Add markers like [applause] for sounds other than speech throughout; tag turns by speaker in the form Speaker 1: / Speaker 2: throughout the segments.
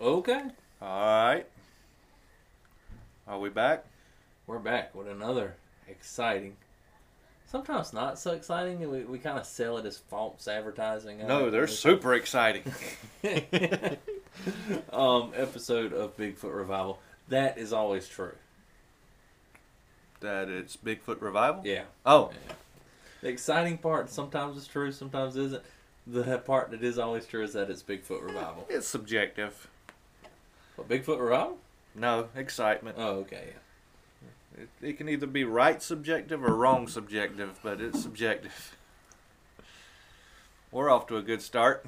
Speaker 1: Okay.
Speaker 2: All right. Are we back?
Speaker 1: We're back with another exciting. Sometimes not so exciting, and we, we kind of sell it as false advertising. I
Speaker 2: No,
Speaker 1: think.
Speaker 2: they're super exciting.
Speaker 1: [laughs]
Speaker 2: [laughs]
Speaker 1: um, episode of Bigfoot Revival. That is always true.
Speaker 2: that it's Bigfoot Revival?
Speaker 1: Yeah.
Speaker 2: Oh,
Speaker 1: The exciting part sometimes is true, sometimes isn't. The part that is always true is that it's Bigfoot Revival.
Speaker 2: it's subjective.
Speaker 1: But Bigfoot Revival?
Speaker 2: No, excitement.
Speaker 1: Oh, okay.
Speaker 2: It, it can either be right subjective or wrong subjective, but it's subjective. [laughs] We're off to a good start.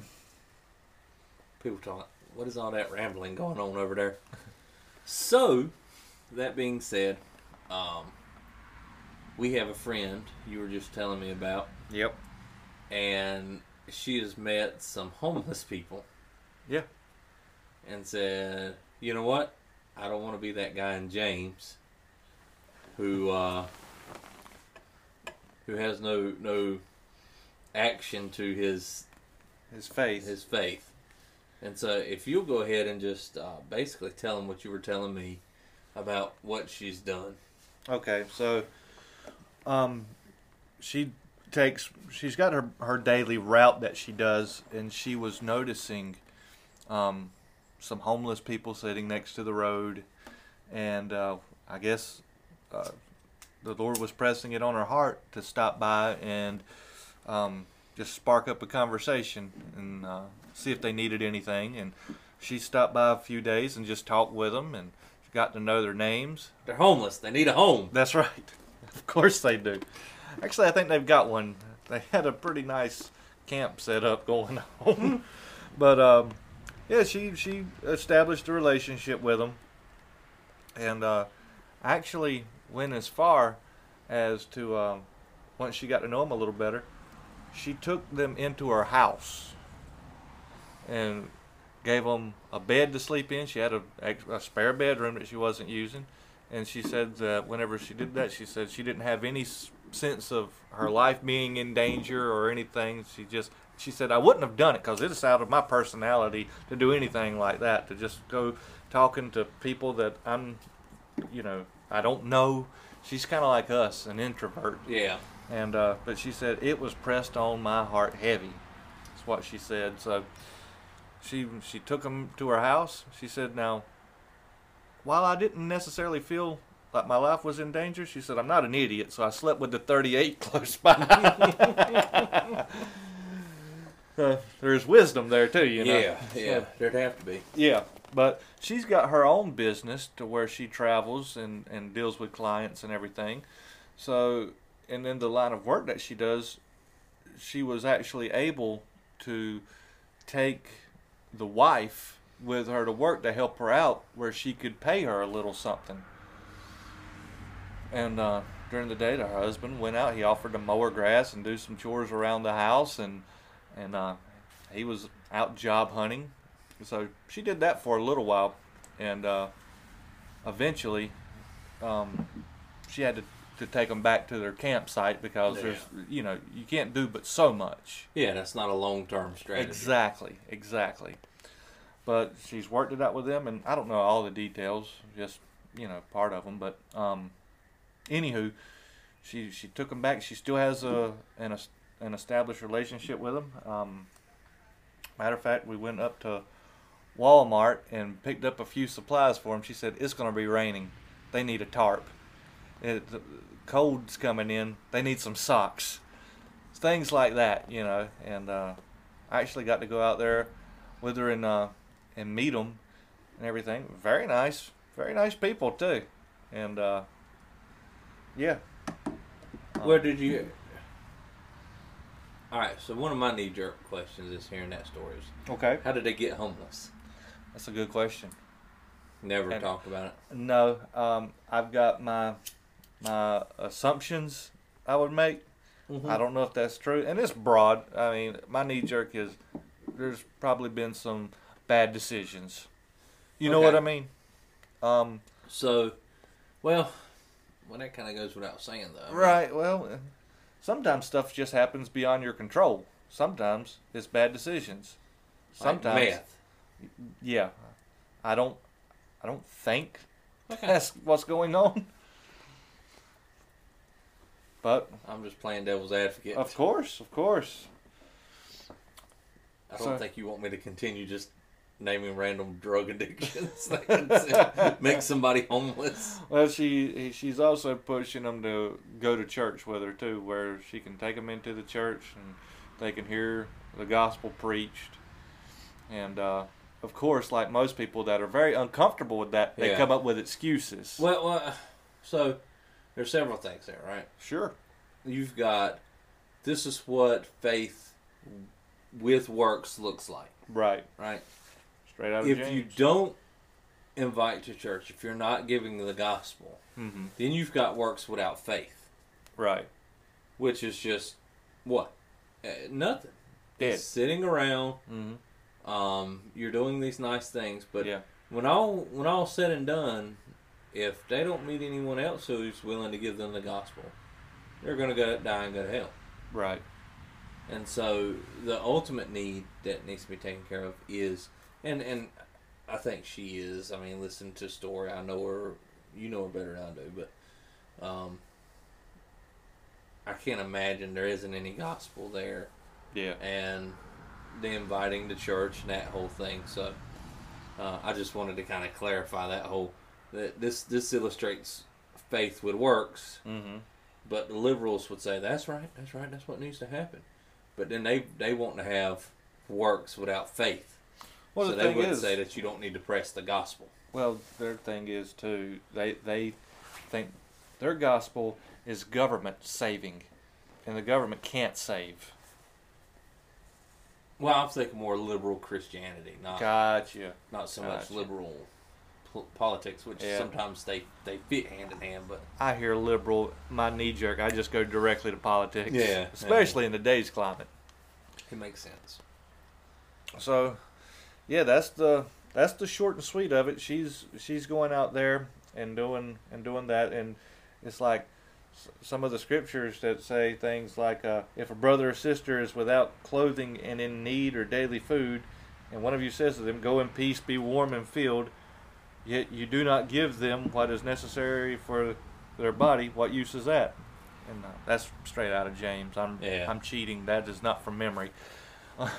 Speaker 1: People talking, what is all that rambling going on over there? So, that being said, um, we have a friend you were just telling me about,
Speaker 2: Yep.
Speaker 1: and she has met some homeless people
Speaker 2: Yeah.
Speaker 1: and said, you know what? I don't want to be that guy in James who uh, who has no no action to his
Speaker 2: His faith.
Speaker 1: his faith. And so, if you'll go ahead and just uh, basically tell him what you were telling me about what she's done.
Speaker 2: Okay, so um she takes she's got her her daily route that she does and she was noticing um some homeless people sitting next to the road and uh I guess uh, the Lord was pressing it on her heart to stop by and um just spark up a conversation and uh, see if they needed anything and she stopped by a few days and just talked with them and got to know their names
Speaker 1: They're homeless. They need a home.
Speaker 2: that's right. [laughs] Of course they do. Actually, I think they've got one. They had a pretty nice camp set up going [laughs] on. but um, yeah, she she established a relationship with them, and uh, actually went as far as to um, once she got to know them a little better, she took them into her house and gave them a bed to sleep in. She had a, a spare bedroom that she wasn't using and she said that whenever she did that, she said she didn't have any s- sense of her life being in danger or anything. She just she said I wouldn't have done it because it's out of my personality to do anything like that. To just go talking to people that I'm, you know, I don't know. She's kind of like us, an introvert.
Speaker 1: Yeah.
Speaker 2: And uh, but she said it was pressed on my heart heavy. That's what she said. So she she took him to her house. She said, now, while I didn't necessarily feel like my life was in danger, she said I'm not an idiot, so I slept with the 38 [laughs] close by. Uh, there's wisdom there too, you know.
Speaker 1: yeah. Yeah. There'd have to be.
Speaker 2: Yeah, but she's got her own business to where she travels and, and deals with clients and everything. So, and then the line of work that she does, she was actually able to take the wife with her to work to help her out where she could pay her a little something. And uh, during the day, her husband went out. He offered to mow her grass and do some chores around the house, and and uh, he was out job hunting. So she did that for a little while, and uh, eventually, um, she had to, to take them back to their campsite because
Speaker 1: Yeah.
Speaker 2: there's you know you can't do but so much.
Speaker 1: Yeah. That's not a long term strategy.
Speaker 2: Exactly, exactly. But she's worked it out with them, and I don't know all the details, just you know part of them. But um, anywho, she she took them back. She still has a an es- an established relationship with them. Um, matter of fact, we went up to Walmart and picked up a few supplies for them. She said it's going to be raining. They need a tarp. It, the cold's coming in. They need some socks. Things like that, you know. And uh, I actually got to go out there with her and uh, and meet them and everything. Very nice, very nice people too. And uh, yeah,
Speaker 1: Where did you? All right. So one of my knee jerk questions is hearing that story is
Speaker 2: okay,
Speaker 1: how did they get homeless?
Speaker 2: that's a good question.
Speaker 1: Never
Speaker 2: And-
Speaker 1: talk about it.
Speaker 2: No, um, I've got my my assumptions I would make.
Speaker 1: Mm-hmm.
Speaker 2: I don't know if that's true, and it's broad. I mean, my knee jerk is there's probably been some bad decisions. You know
Speaker 1: Okay.
Speaker 2: what I mean? Um,
Speaker 1: So, well, well, that kind of goes without saying though. I mean,
Speaker 2: Right. Well, sometimes stuff just happens beyond your control. Sometimes it's bad decisions.
Speaker 1: like
Speaker 2: Sometimes,
Speaker 1: meth.
Speaker 2: yeah, I don't I don't
Speaker 1: [laughs]
Speaker 2: think
Speaker 1: Okay.
Speaker 2: that's what's going on. But
Speaker 1: I'm just playing devil's advocate.
Speaker 2: of course, of course.
Speaker 1: I don't
Speaker 2: so-
Speaker 1: think you want me to continue just naming random drug [laughs] addictions that can make somebody homeless.
Speaker 2: Well, she he- she's also pushing them to go to church with her too, where she can take them into the church and they can hear the gospel preached. And uh, of course, like most people that are very uncomfortable with that, they
Speaker 1: Yeah.
Speaker 2: come up with excuses.
Speaker 1: Well, well, so there's several things there, right?
Speaker 2: Sure.
Speaker 1: You've got this is what faith with works looks like,
Speaker 2: Right.
Speaker 1: right?
Speaker 2: Straight out of
Speaker 1: if
Speaker 2: Oh, James.
Speaker 1: you don't invite to church, if you're not giving the gospel,
Speaker 2: hmm
Speaker 1: then you've got works without faith,
Speaker 2: Right.
Speaker 1: which is just what uh, nothing.
Speaker 2: Dead.
Speaker 1: It's sitting around.
Speaker 2: Mm-hmm.
Speaker 1: Um, you're doing these nice things, but
Speaker 2: yeah.
Speaker 1: when all when all said and done, if they don't meet anyone else who's willing to give them the gospel, they're going to go die and go to hell.
Speaker 2: Right.
Speaker 1: And so the ultimate need that needs to be taken care of is, and and I think she is. I mean, listen to story. I know her. You know her better than I do, but um, I can't imagine there isn't any gospel there
Speaker 2: Yeah.
Speaker 1: and the inviting the church and that whole thing. So uh, I just wanted to kind of clarify that whole that this this illustrates faith with works,
Speaker 2: Mm-hmm.
Speaker 1: but the liberals would say that's right, that's right, that's what needs to happen. But then they they want to have works without faith,
Speaker 2: Well,
Speaker 1: so
Speaker 2: the
Speaker 1: they
Speaker 2: thing
Speaker 1: wouldn't
Speaker 2: is,
Speaker 1: say that you don't need to press the gospel.
Speaker 2: well, their thing is too. They they think their gospel is government saving, and the government can't save.
Speaker 1: Well, I'm thinking more liberal Christianity, not
Speaker 2: Gotcha.
Speaker 1: not so much
Speaker 2: gotcha.
Speaker 1: liberal pol- politics, which
Speaker 2: Yeah.
Speaker 1: sometimes they they fit hand in hand, but.
Speaker 2: I hear liberal, my knee jerk. I just go directly to politics.
Speaker 1: Yeah, yeah.
Speaker 2: Especially in today's climate.
Speaker 1: It makes sense.
Speaker 2: So, yeah, that's the that's the short and sweet of it. She's she's going out there and doing and doing that, and it's like s- some of the scriptures that say things like, uh, "If a brother or sister is without clothing and in need or daily food, and one of you says to them, Go in peace, be warm and filled,' yet you do not give them what is necessary for their body, what use is that?" And uh, that's straight out of James. I'm
Speaker 1: Yeah.
Speaker 2: I'm cheating. That is not from memory. [laughs]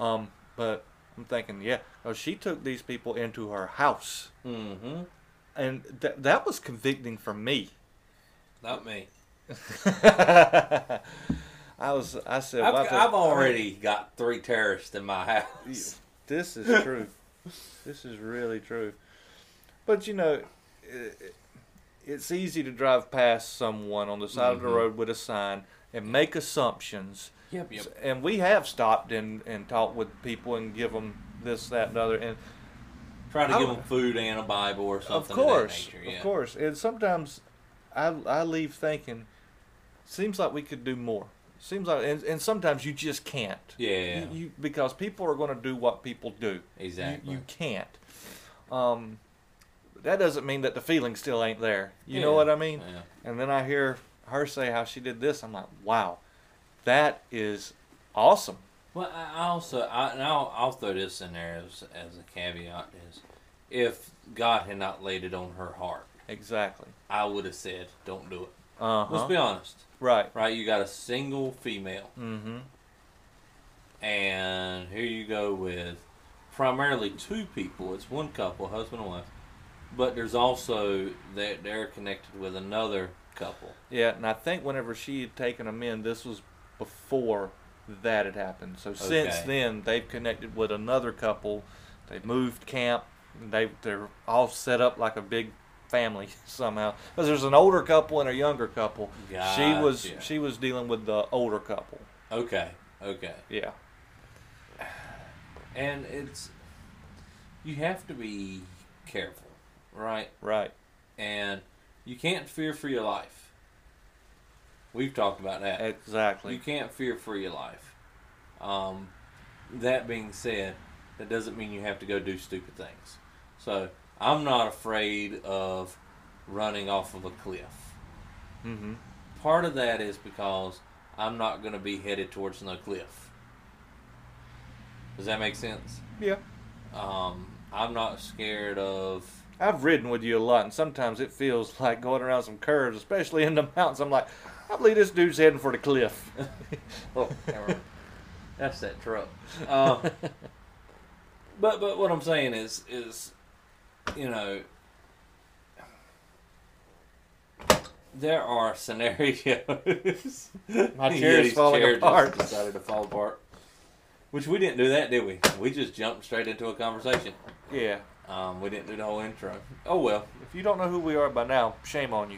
Speaker 2: Um, but I'm thinking, yeah, oh, she took these people into her house,
Speaker 1: Mm-hmm.
Speaker 2: and th- that was convicting for me.
Speaker 1: Not me.
Speaker 2: [laughs] I was, I said,
Speaker 1: I've,
Speaker 2: "Why the-
Speaker 1: I've already got three terrorists in my [laughs] house.
Speaker 2: This is true. this is really true. But you know, it, it's easy to drive past someone on the side of the
Speaker 1: Mhm.
Speaker 2: road with a sign and make assumptions
Speaker 1: Yep, yep.
Speaker 2: And we have stopped and, and talked with people and give them this, that, and the other. And
Speaker 1: Try to
Speaker 2: I-
Speaker 1: give them food and a Bible or something.
Speaker 2: of course,
Speaker 1: of, that nature, yeah.
Speaker 2: of course. And sometimes I I leave thinking, seems like we could do more. Seems like, and, and sometimes you just can't.
Speaker 1: Yeah,
Speaker 2: You, you, because people are going to do what people do.
Speaker 1: exactly.
Speaker 2: You, you can't. Um, that doesn't mean that the feeling still ain't there. You know
Speaker 1: Yeah.
Speaker 2: what I mean?
Speaker 1: yeah.
Speaker 2: And then I hear her say how she did this. I'm like, wow, that is awesome.
Speaker 1: Well, I I also, I, and I'll, I'll throw this in there as, as a caveat is, if God had not laid it on her heart,
Speaker 2: Exactly.
Speaker 1: I would have said, "Don't do it."
Speaker 2: Uh
Speaker 1: Let's
Speaker 2: huh.
Speaker 1: be honest,
Speaker 2: Right.
Speaker 1: right? You got a single female,
Speaker 2: Mm-hmm.
Speaker 1: and here you go with primarily two people. It's one couple, husband and wife, but there's also that they're connected with another couple.
Speaker 2: Yeah, and I think whenever she had taken them in, this was before that had happened. So since
Speaker 1: Okay.
Speaker 2: then, they've connected with another couple. They moved camp. And they they're all set up like a big family [laughs] somehow. Because there's an older couple and a younger couple. She was
Speaker 1: Gotcha.
Speaker 2: she was dealing with the older couple.
Speaker 1: Okay, okay,
Speaker 2: Yeah.
Speaker 1: and it's you have to be careful, right?
Speaker 2: Right.
Speaker 1: And you can't fear for your life. We've talked about that. You
Speaker 2: Exactly.
Speaker 1: can't fear for your life. Um, that being said, that doesn't mean you have to go do stupid things. So I'm not afraid of running off of a cliff.
Speaker 2: Mm-hmm.
Speaker 1: Part of that is because I'm not going to be headed towards no cliff. Does that make sense?
Speaker 2: Yeah.
Speaker 1: Um, I'm not scared of.
Speaker 2: I've ridden with you a lot, and sometimes it feels [laughs] like going around some curves, especially in the mountains. I'm like, I believe this dude's heading for the cliff. [laughs]
Speaker 1: Oh, never mind. [laughs] that's that truck. Uh, but but what I'm saying is is, you know, there are scenarios.
Speaker 2: [laughs]
Speaker 1: [laughs]
Speaker 2: My chair is
Speaker 1: Yeti's
Speaker 2: falling
Speaker 1: chair just
Speaker 2: apart.
Speaker 1: decided to fall apart. Which we didn't do that, did we? We just jumped straight into a conversation.
Speaker 2: yeah.
Speaker 1: Um, we didn't do the whole intro. Oh well,
Speaker 2: If you don't know who we are by now, shame on you.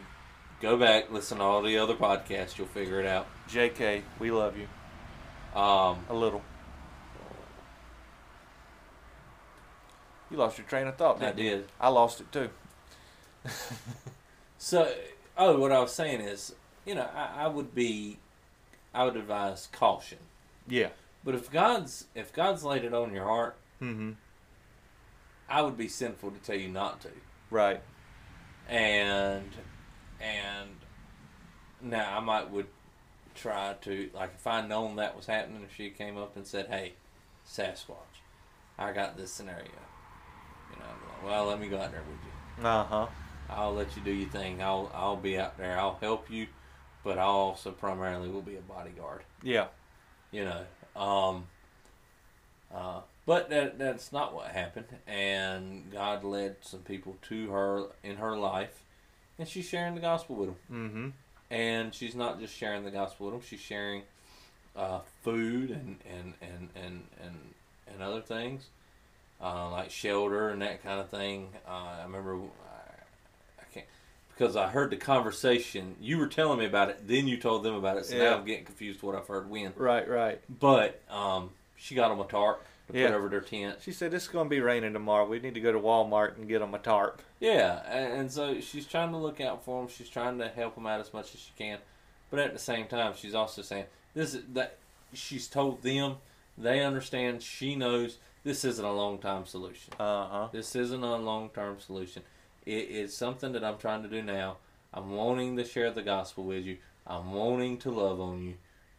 Speaker 1: go back, listen to all the other podcasts. You'll figure it out.
Speaker 2: JK, we love you.
Speaker 1: Um,
Speaker 2: A little. You lost your train of thought,
Speaker 1: I
Speaker 2: didn't you?
Speaker 1: did.
Speaker 2: I lost it too.
Speaker 1: So, oh, what I was saying is, you know, I, I would be, I would advise caution.
Speaker 2: Yeah.
Speaker 1: But if God's if God's laid it on your heart,
Speaker 2: Mm-hmm.
Speaker 1: I would be sinful to tell you not to.
Speaker 2: Right.
Speaker 1: And and now I might would try to like if I known that was happening, if she came up and said, "Hey, Sasquatch, I got this scenario," you know, I'm like, well, let me go out there with you.
Speaker 2: Uh
Speaker 1: Uh-huh.
Speaker 2: huh.
Speaker 1: I'll let you do your thing. I'll I'll be out there. I'll help you, but I also primarily will be a bodyguard.
Speaker 2: Yeah.
Speaker 1: You know. Um. Uh. But that that's not what happened, and God led some people to her in her life, and she's sharing the gospel with them.
Speaker 2: Mm-hmm.
Speaker 1: And she's not just sharing the gospel with them; she's sharing uh, food and and and and and, and other things. Uh, like shelter and that kind of thing. Uh, I remember I, I can't because I heard the conversation. You were telling me about it, then you told them about it. So
Speaker 2: Yeah.
Speaker 1: now I'm getting confused what I've heard when.
Speaker 2: Right. Right.
Speaker 1: But um, she got them a tarp to
Speaker 2: Yeah.
Speaker 1: put over their tent.
Speaker 2: She said it's going to be raining tomorrow. We need to go to Walmart and get them a tarp.
Speaker 1: Yeah, and, and so she's trying to look out for him. She's trying to help him out as much as she can, but at the same time, she's also saying this is that she's told them they understand. She knows this isn't a long time solution.
Speaker 2: Uh huh.
Speaker 1: This isn't a long term solution. It is something that I'm trying to do now. I'm wanting to share the gospel with you. I'm wanting to love on you,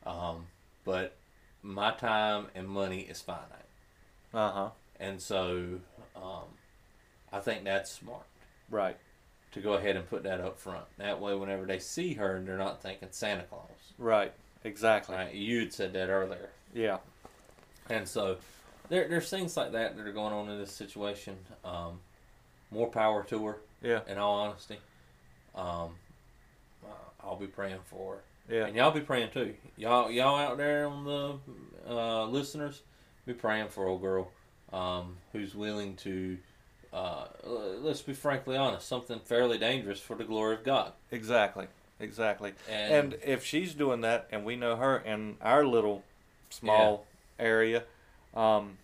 Speaker 1: um, but my time and money is finite,
Speaker 2: Uh huh.
Speaker 1: and so um, I think that's smart
Speaker 2: Right.
Speaker 1: to go ahead and put that up front. That way, whenever they see her, they're not thinking Santa Claus.
Speaker 2: Right. Exactly.
Speaker 1: Right? You had said that earlier,
Speaker 2: Yeah.
Speaker 1: and so there, there's things like that that are going on in this situation. Um, more power to her,
Speaker 2: Yeah.
Speaker 1: in all honesty. Um, uh, I'll be praying for her,
Speaker 2: Yeah.
Speaker 1: and y'all be praying too. Y'all, y'all out there on the uh, listeners, be praying for old girl um, who's willing to. Uh, l- let's be frankly honest. Something fairly dangerous for the glory of God.
Speaker 2: Exactly. Exactly.
Speaker 1: And,
Speaker 2: And if she's doing that, and we know her in our little small area, um,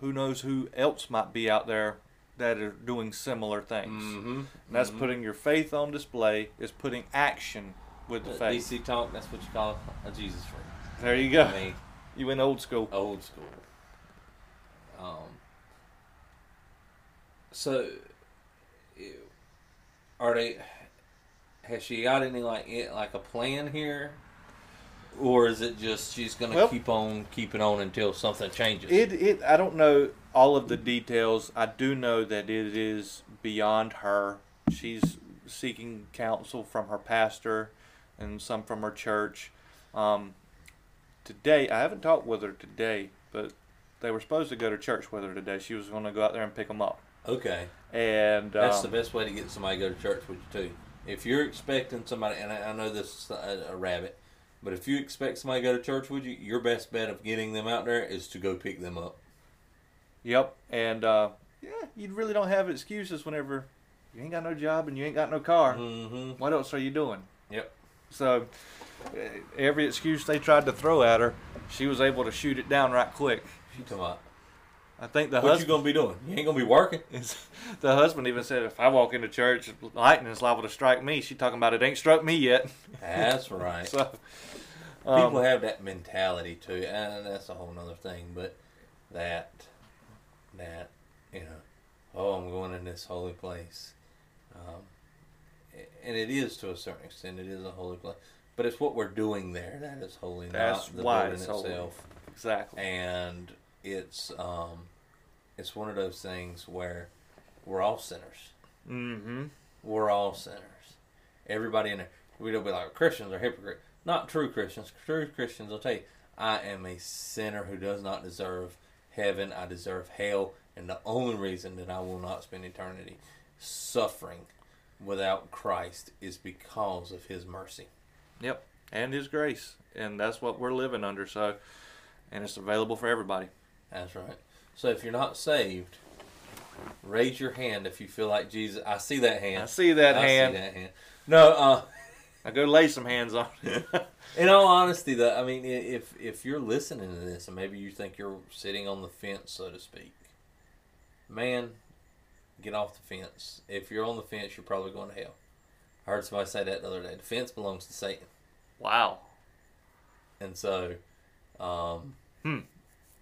Speaker 2: who knows who else might be out there that are doing similar things?
Speaker 1: hmm
Speaker 2: And that's putting your faith on display. Is putting action with the faith.
Speaker 1: DC talk. That's what you call a Jesus ring.
Speaker 2: There you go.
Speaker 1: I mean,
Speaker 2: You went old school.
Speaker 1: old school. Um. So, ew. are they? Has she got any like it, like a plan here, or is it just she's gonna
Speaker 2: Well-
Speaker 1: keep on keeping on until something changes?
Speaker 2: It it I don't know all of the details. I do know that it is beyond her. She's seeking counsel from her pastor and some from her church. Um, today I haven't talked with her today, but they were supposed to go to church with her today. She was going to go out there and pick them up.
Speaker 1: okay,
Speaker 2: And
Speaker 1: that's
Speaker 2: um,
Speaker 1: the best way to get somebody to go to church with you too. If you're expecting somebody, and I, I know this is a, a rabbit, but if you expect somebody to go to church with you, your best bet of getting them out there is to go pick them up.
Speaker 2: Yep, and uh, yeah, you really don't have excuses whenever you ain't got no job and you ain't got no car.
Speaker 1: Mm-hmm.
Speaker 2: What else are you doing?
Speaker 1: Yep.
Speaker 2: So uh, every excuse they tried to throw at her, she was able to shoot it down right quick.
Speaker 1: You come up.
Speaker 2: I think the
Speaker 1: What you
Speaker 2: husband
Speaker 1: gonna be doing? You ain't gonna be working.
Speaker 2: [laughs] the husband even said, "If I walk into church, lightning is liable to strike me." She talking about it ain't struck me yet. [laughs]
Speaker 1: That's right.
Speaker 2: So um,
Speaker 1: People have that mentality too, and that's a whole nother thing. But that, that, you know, oh, I'm going in this holy place, um, and it is to a certain extent, it is a holy place. But it's what we're doing there that is holy,
Speaker 2: That's
Speaker 1: not the
Speaker 2: why
Speaker 1: building
Speaker 2: it's holy.
Speaker 1: itself.
Speaker 2: exactly.
Speaker 1: And it's um, it's one of those things where we're all sinners.
Speaker 2: Mm-hmm.
Speaker 1: We're all sinners. Everybody in there. We don't be like Christians are hypocrite. Not true Christians. True Christians will tell you, I am a sinner who does not deserve heaven. I deserve hell, and the only reason that I will not spend eternity suffering without Christ is because of His mercy.
Speaker 2: Yep. And His grace, and that's what we're living under. So, and it's available for everybody.
Speaker 1: That's right. So if you're not saved, raise your hand if you feel like Jesus. I see that hand.
Speaker 2: I see that
Speaker 1: I
Speaker 2: hand.
Speaker 1: See that hand. No, uh,
Speaker 2: I go lay some hands on it.
Speaker 1: [laughs] in all honesty, though, I mean, i- if if you're listening to this and maybe you think you're sitting on the fence, so to speak, man, get off the fence. If you're on the fence, you're probably going to hell. I heard somebody say that the other day. The fence belongs to Satan.
Speaker 2: wow.
Speaker 1: And so, um,
Speaker 2: Hmm.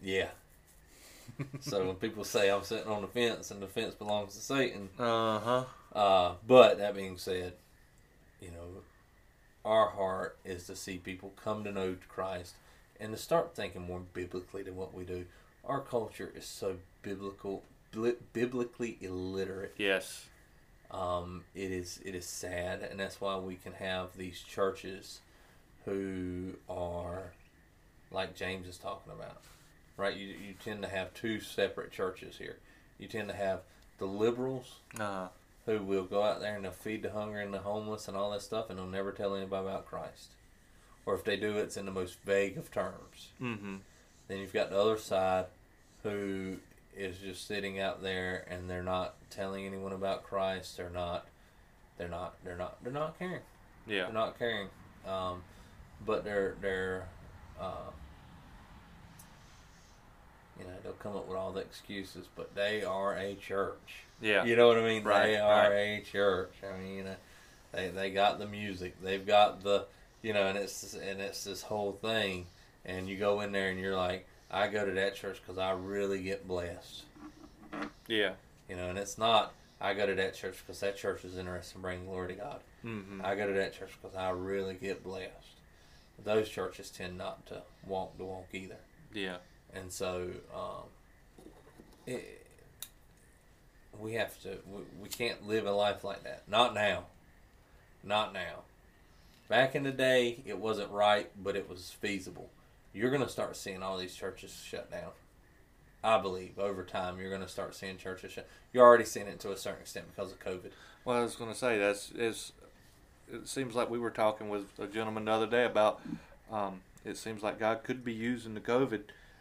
Speaker 1: yeah. so when people say I'm sitting on the fence and the fence belongs to Satan,
Speaker 2: Uh huh.
Speaker 1: uh, but that being said, you know, our heart is to see people come to know Christ and to start thinking more biblically than what we do. Our culture is so biblical, bli- biblically illiterate.
Speaker 2: Yes.
Speaker 1: Um, it is it is sad, and that's why we can have these churches who are like James is talking about, right? You you tend to have two separate churches here. You tend to have the liberals
Speaker 2: Uh
Speaker 1: who will go out there and they'll feed the hungry and the homeless and all that stuff, and they'll never tell anybody about Christ, or if they do, it's in the most vague of terms.
Speaker 2: mm-hmm.
Speaker 1: Then you've got the other side who is just sitting out there and they're not telling anyone about Christ. They're not they're not they're not they're not caring.
Speaker 2: Yeah.
Speaker 1: They're not caring. Um, but they're they're uh, you know, they'll come up with all the excuses, but they are a church.
Speaker 2: Yeah.
Speaker 1: You know what I mean?
Speaker 2: Right,
Speaker 1: They are a church. I mean, you know, they they got the music. They've got the you know, and it's and it's this whole thing. And you go in there and you're like, I go to that church because I really get blessed.
Speaker 2: Yeah.
Speaker 1: You know, and it's not. I go to that church because that church is interested in bringing glory to God.
Speaker 2: Mm-hmm.
Speaker 1: I go to that church because I really get blessed. Those churches tend not to walk the walk either.
Speaker 2: Yeah.
Speaker 1: And so um, it, we have to, we, we can't live a life like that. Not now. Not now. Back in the day, it wasn't right, but it was feasible. You're going to start seeing all these churches shut down. I believe over time you're going to start seeing churches shut. You're already seeing it to a certain extent because of COVID.
Speaker 2: Well, I was going to say that's is. It seems like we were talking with a gentleman the other day about. Um, it seems like God could be using the COVID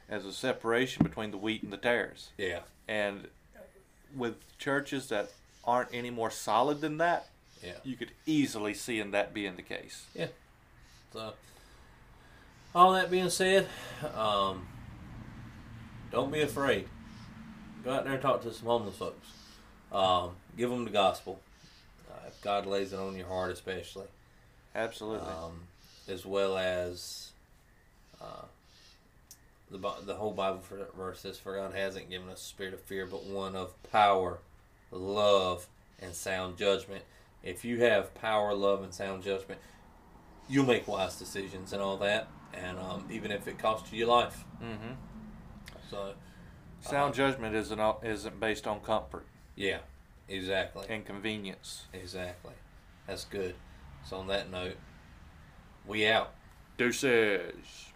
Speaker 2: as a separation between the wheat and the tares,
Speaker 1: Yeah.
Speaker 2: and with churches that aren't any more solid than that,
Speaker 1: Yeah.
Speaker 2: you could easily see in that being the case.
Speaker 1: So, all that being said, um, don't be afraid. Go out there and talk to some homeless folks. Um, give them the gospel. Uh, if God lays it on your heart, especially,
Speaker 2: Absolutely.
Speaker 1: um, as well as uh, the Bi- the whole Bible for- verse says, "For God hasn't given us a spirit of fear, but one of power, love, and sound judgment." If you have power, love, and sound judgment, you'll make wise decisions and all that, and um, even if it costs you your life.
Speaker 2: mm-hmm.
Speaker 1: So,
Speaker 2: Sound judgment isn't al- isn't based on comfort
Speaker 1: yeah, exactly.
Speaker 2: and convenience.
Speaker 1: Exactly. That's good. So on that note, we out.
Speaker 2: Deuces.